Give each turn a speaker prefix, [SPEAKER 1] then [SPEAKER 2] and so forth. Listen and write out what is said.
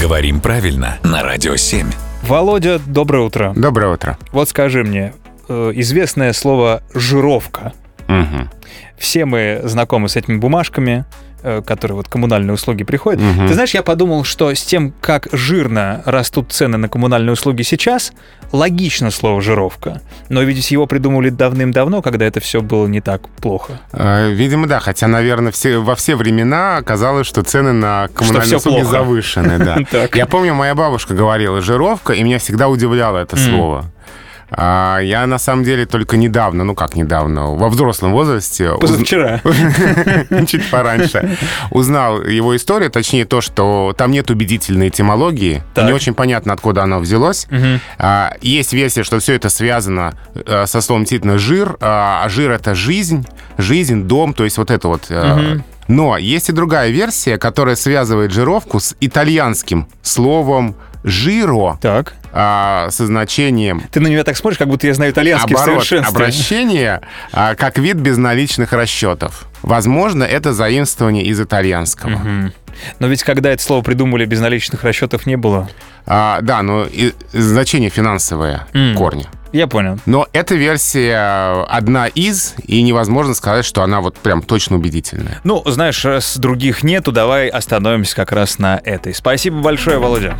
[SPEAKER 1] Говорим правильно на Радио 7.
[SPEAKER 2] Володя, доброе утро.
[SPEAKER 3] Доброе утро.
[SPEAKER 2] Вот скажи мне, э, известное слово «жировка».
[SPEAKER 3] Мгм.
[SPEAKER 2] Все мы знакомы с этими бумажками, э, которые вот коммунальные услуги приходят.
[SPEAKER 3] Мгм.
[SPEAKER 2] Ты знаешь, я подумал, что с тем, как жирно растут цены на коммунальные услуги сейчас, логично слово «жировка». Но ведь его придумали давным-давно, когда это все было не так плохо.
[SPEAKER 3] Э, Видимо, да, хотя, наверное, все, во все времена оказалось, что цены на
[SPEAKER 2] всё
[SPEAKER 3] коммунальные услуги
[SPEAKER 2] плохо.
[SPEAKER 3] завышены. Да.
[SPEAKER 2] Так.
[SPEAKER 3] А, Я помню, моя бабушка говорила «жировка», и меня всегда удивляло это
[SPEAKER 2] М.
[SPEAKER 3] слово. А, я, на самом деле, только недавно, ну как недавно, во взрослом возрасте... уз-
[SPEAKER 2] Позавчера.
[SPEAKER 3] чуть пораньше, узнал его историю, точнее то, что там нет убедительной этимологии,
[SPEAKER 2] Так.
[SPEAKER 3] не очень понятно, откуда оно взялось.
[SPEAKER 2] Мгм.
[SPEAKER 3] А, Есть версия, что все это связано э, со словом действительно жир, а а жир это жизнь, жизнь, дом, то есть вот это вот. э,
[SPEAKER 2] Мгм.
[SPEAKER 3] Но есть и другая версия, которая связывает жировку с итальянским словом жиро
[SPEAKER 2] Так.
[SPEAKER 3] а, со значением
[SPEAKER 2] Ты на меня так смотришь, как будто я знаю итальянский в
[SPEAKER 3] оборот
[SPEAKER 2] совершенстве.
[SPEAKER 3] обращения а, как вид безналичных расчетов. Возможно, это заимствование из итальянского.
[SPEAKER 2] Мгм. Но ведь когда это слово придумали, безналичных расчетов не было.
[SPEAKER 3] А, да, но и значение финансовое
[SPEAKER 2] М.
[SPEAKER 3] корни.
[SPEAKER 2] Я понял.
[SPEAKER 3] Но эта версия э, одна из, и невозможно сказать, что она вот прям точно убедительная.
[SPEAKER 2] Ну, знаешь, раз других нету, давай остановимся как раз на этой. Спасибо большое, Володя.